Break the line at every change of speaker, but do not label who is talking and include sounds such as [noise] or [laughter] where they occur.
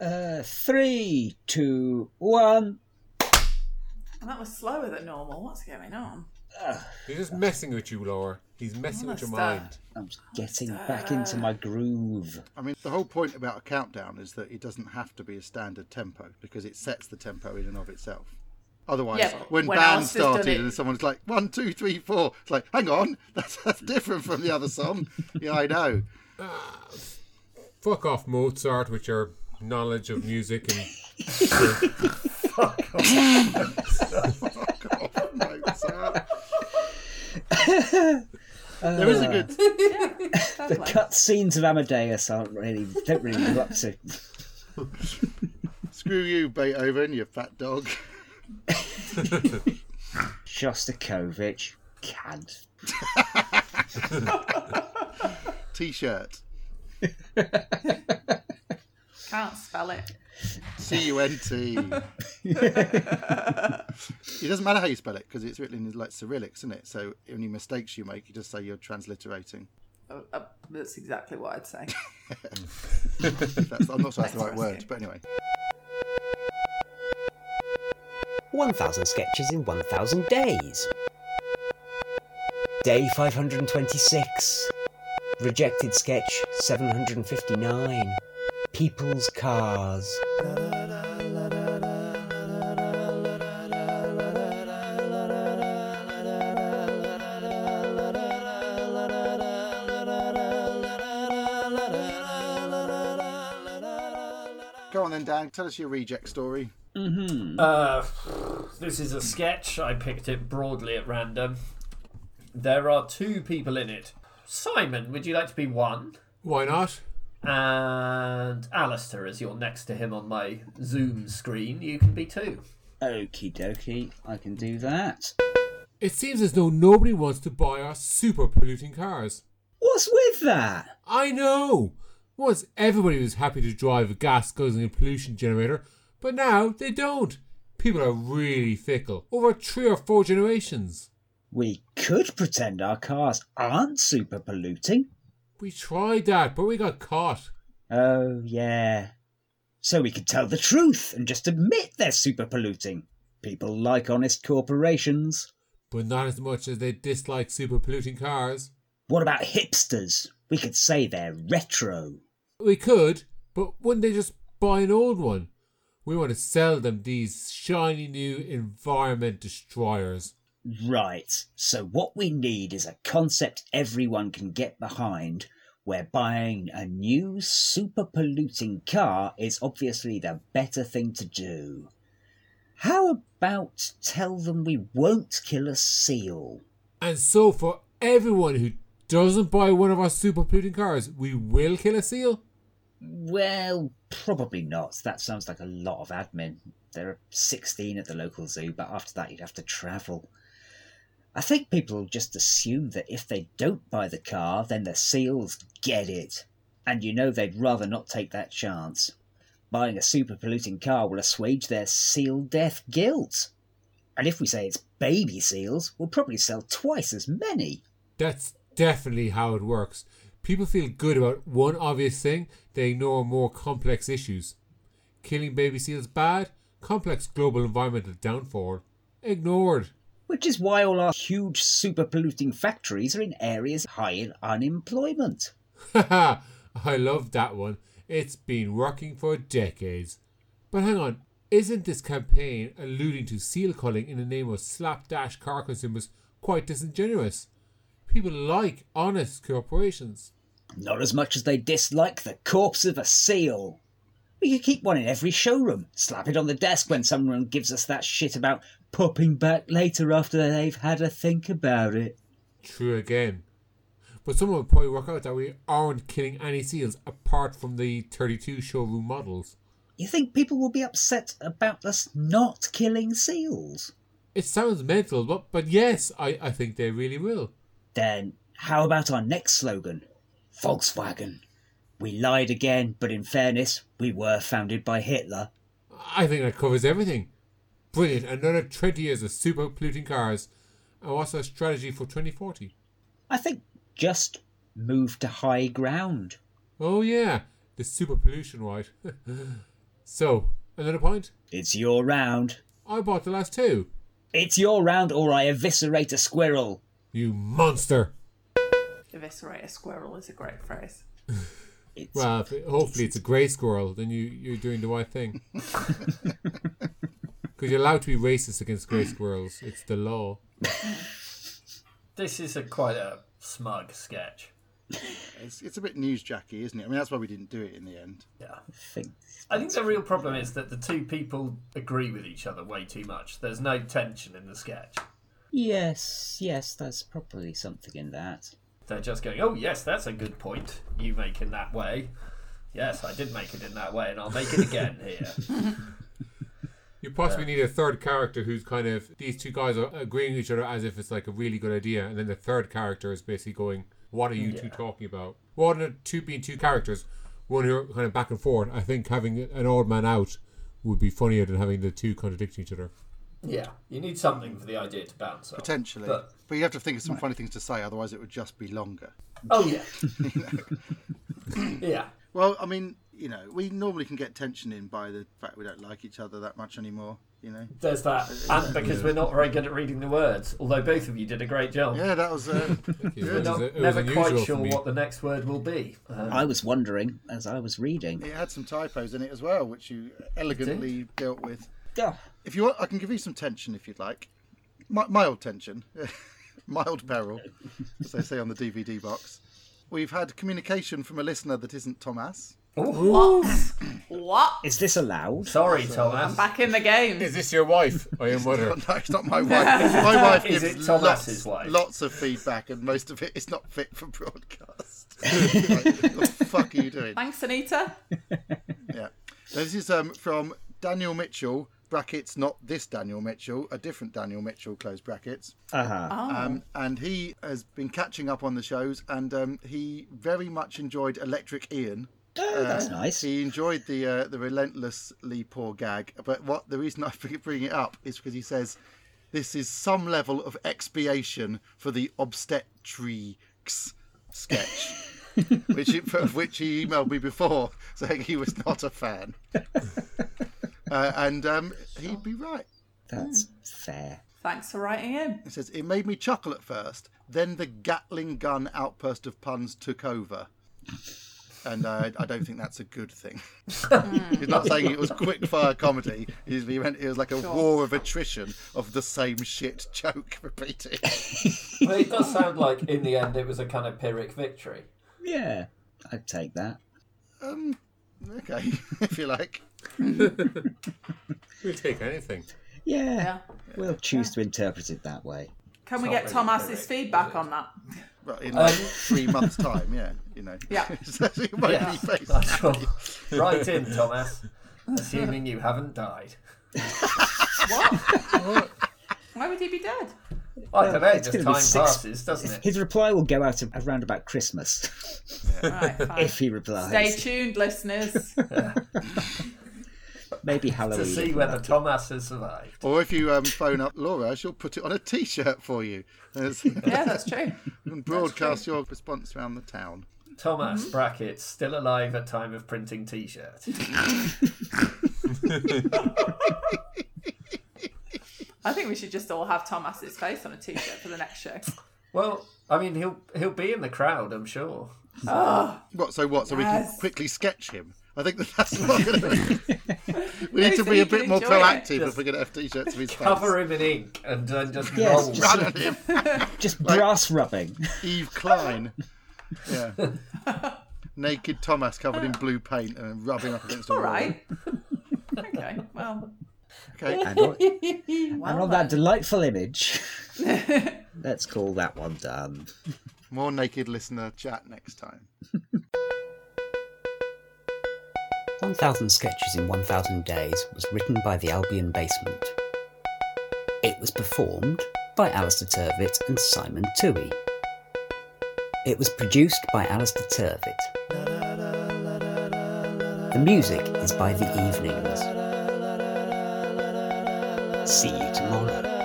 Uh, three, two, one.
And that was slower than normal. What's going on?
He's just messing with you, Laura. He's messing with your
Honest, uh,
mind.
I'm getting back into my groove.
I mean, the whole point about a countdown is that it doesn't have to be a standard tempo because it sets the tempo in and of itself. Otherwise,
Yeah, but
when,
when
band
Alice has done
started
it-
and someone's like one, two, three, four, it's like, hang on, [laughs] that's, that's different from the other song. [laughs] yeah, I know.
Fuck off, Mozart, with your knowledge of music
[laughs]
and
[laughs] Mozart. there is a good.
The cut scenes of Amadeus aren't really don't really live up to.
Screw you, Beethoven, you fat dog. [laughs]
Shostakovich can't.
T shirt.
Can't spell it.
C U N T. [laughs] It doesn't matter how you spell it because it's written in like Cyrillic, isn't it? So any mistakes you make, you just say you're transliterating.
Uh, uh, that's exactly what I'd say.
That's, I'm not sure
That's
that's the right word,
risky.
but anyway.
1000 sketches in 1000 days. Day 526. Rejected sketch 759. People's cars.
Go on then, Dan. Tell us your reject story.
Uh, this is a sketch. I picked it broadly at random. There are two people in it. Simon, would you like to be one?
why not?
And Alistair, as you're next to him on my Zoom screen, you can be two.
Okie dokie, I can do that.
It seems as though nobody wants to buy our super polluting cars.
What's with that?
I know. Once everybody was happy to drive a gas guzzling pollution generator, but now they don't. People are really fickle over three or four generations.
We could pretend our cars aren't super polluting.
We tried that, but we got caught.
Oh yeah. So we could tell the truth and just admit they're super polluting. People like honest corporations.
But not as much as they dislike super polluting cars.
What about hipsters? We could say they're retro.
We could, but wouldn't they just buy an old one? We want to sell them these shiny new environment destroyers.
Right. So what we need is a concept everyone can get behind where buying a new super polluting car is obviously the better thing to do. How about tell them we won't kill a seal?
And so, for everyone who doesn't buy one of our super polluting cars, we will kill a seal?
Well, probably not. That sounds like a lot of admin. There are 16 at the local zoo, but after that you'd have to travel. I think people just assume that if they don't buy the car, then the seals get it. And you know they'd rather not take that chance. Buying a super polluting car will assuage their seal death guilt. And if we say it's baby seals, we'll probably sell twice as many.
That's definitely how it works. People feel good about one obvious thing, they ignore more complex issues. Killing baby seals bad, complex global environmental downfall. Ignored.
Which is why all our huge super polluting factories are in areas high in unemployment.
Haha, [laughs] I love that one. It's been working for decades. But hang on, isn't this campaign alluding to seal culling in the name of slapdash car consumers quite disingenuous? People like honest corporations.
Not as much as they dislike the corpse of a seal. We could keep one in every showroom, slap it on the desk when someone gives us that shit about popping back later after they've had a think about it.
True again. But someone will probably work out that we aren't killing any seals apart from the 32 showroom models.
You think people will be upset about us not killing seals?
It sounds mental, but, but yes, I, I think they really will.
Then, how about our next slogan? Volkswagen. We lied again, but in fairness, we were founded by Hitler.
I think that covers everything. Brilliant. Another 20 years of super polluting cars. And what's our strategy for 2040?
I think just move to high ground.
Oh, yeah. The super pollution right. [laughs] So, another point?
It's your round.
I bought the last two.
It's your round, or I eviscerate a squirrel.
You monster.
[laughs] Eviscerate a squirrel is a great phrase.
It's,
Well, if it- hopefully it's a grey squirrel, then you, you're doing the right thing. Because you're allowed to be racist against grey squirrels. It's the law.
This is a quite a smug sketch.
It's, it's a bit newsjacky, isn't it? I mean, that's why we didn't do it in the end.
Yeah.
I think-
I think the real problem is that the two people agree with each other way too much. There's no tension in the sketch.
yes, yes, there's probably something in that.
They're just going, "Oh yes, that's a good point you make in that way." Yes, I did make it in that way, and I'll make it again here.
You possibly need a third character who's kind of these two guys are agreeing with each other as if it's like a really good idea, and then the third character is basically going, "What are you two talking about?" Well, the two being two characters, one who are kind of back and forth. I think having an odd man out would be funnier than having the two contradicting each
[laughs]
other.
yeah, you need something for the idea to bounce off.
Potentially. But,
But-
you have to think of some funny things to say, otherwise it would just be longer.
Oh yeah, [laughs] yeah.
Well, I mean, you know, we normally can get tension in by the fact we don't like each other that much anymore, you know?
There's that, and because we're not very good at reading the words, although both of you did a great
[laughs]
job.
Yeah, that was. Uh,
It
We're
was-
not,
it was
never
unusual
quite
for
sure
me.
what the next word will be. Um,
I was wondering as I was reading.
[laughs] it had some typos in it as well, which you elegantly dealt with.
Oh,
If you want, I can give you some tension if you'd like. Mi- mild tension. [laughs] mild peril, as they say on the DVD box. We've had communication from a listener that isn't Thomas.
What? what?
is this allowed?
oh, Sorry, Thomas.
Back in the game.
Is this your
[laughs]
wife or your mother?
No, it's not my wife. My wife
Is
gives
it
lots,
Thomas's wife?
lots of feedback, and most of it is not fit for broadcast. [laughs] like, what the fuck are you doing?
Thanks, Anita.
Yeah. So this is um, from Daniel Mitchell, brackets, not this Daniel Mitchell, a different Daniel Mitchell, close brackets.
Uh-huh.
Oh.
Um, and he has been catching up on the shows, and um, he very much enjoyed Electric Ian.
Oh, that's nice.
He enjoyed the uh, the relentlessly poor gag, but what the reason I [laughs] bring bring it up is because he says this is some level of expiation for the obstetrics sketch, which he, of which he emailed me before [laughs] saying he was not a fan, uh, and um, he'd be right.
That's fair.
Thanks for writing [laughs] in.
It says, It made me chuckle at first, then the Gatling gun outburst of puns took over. And uh, I don't think that's a
[laughs]
good thing. He's not saying it was quick fire comedy. He's- He meant it was like a war of attrition of the same shit joke repeated.
But it does sound like, in the end, it was a kind of Pyrrhic victory.
Yeah, I'd take that.
Um, okay, [laughs] if you like.
We'll take anything.
Yeah,
Yeah.
we'll choose to interpret it that way.
Can we get Thomas's feedback on that?
Well, in like three months' time, yeah, you know. [laughs]
Yeah.
So it might
Yeah.
be based-
That's all. right in, Thomas. Assuming you haven't died.
What? Why would he be [laughs] dead?
I don't know,
it's
just
gonna
time
be six-
passes, doesn't
[laughs]
it?
His reply will go out around about Christmas [laughs]
Right, fine.
if he replies.
Stay tuned, [laughs] listeners.
Maybe
To
Halloween.
see whether Thomas has survived.
Or if you um, phone up Laura, she'll put it on a t shirt for you.
[laughs]
There's-
Yeah, that's true.
and [laughs] broadcast your response around the town.
Thomas, brackets, still alive at time of printing t shirt.
I think we should just all have Thomas's face on a t-shirt for the next show.
Well, I mean, he'll he'll be in the crowd, I'm sure.
What? So what? So we
Yes.
can quickly sketch him. I think that that's what we're going to
[laughs]
do. We
No,
need to
so
be
you
a bit
can
more
enjoy it.
proactive if
Just
we're going to have t-shirts of his face. [laughs]
Cover him in ink and then just
Yes,
roll.
just-
Run at him,
Just brass rubbing.
Eve Klein. Yeah.
[laughs]
Naked Thomas covered in blue paint and rubbing up against a
All
wall.
right. [laughs] Okay. [laughs] Well.
Okay.
And on, and
well
on that delightful image, let's call that one done.
More naked listener chat next time.
1000 Sketches in 1000 Days was written by the Albion Basement. It was performed by Alistair Turvitt and Simon Toohey. It was produced by Alistair Turvitt. The music is by The Evenings. See you tomorrow.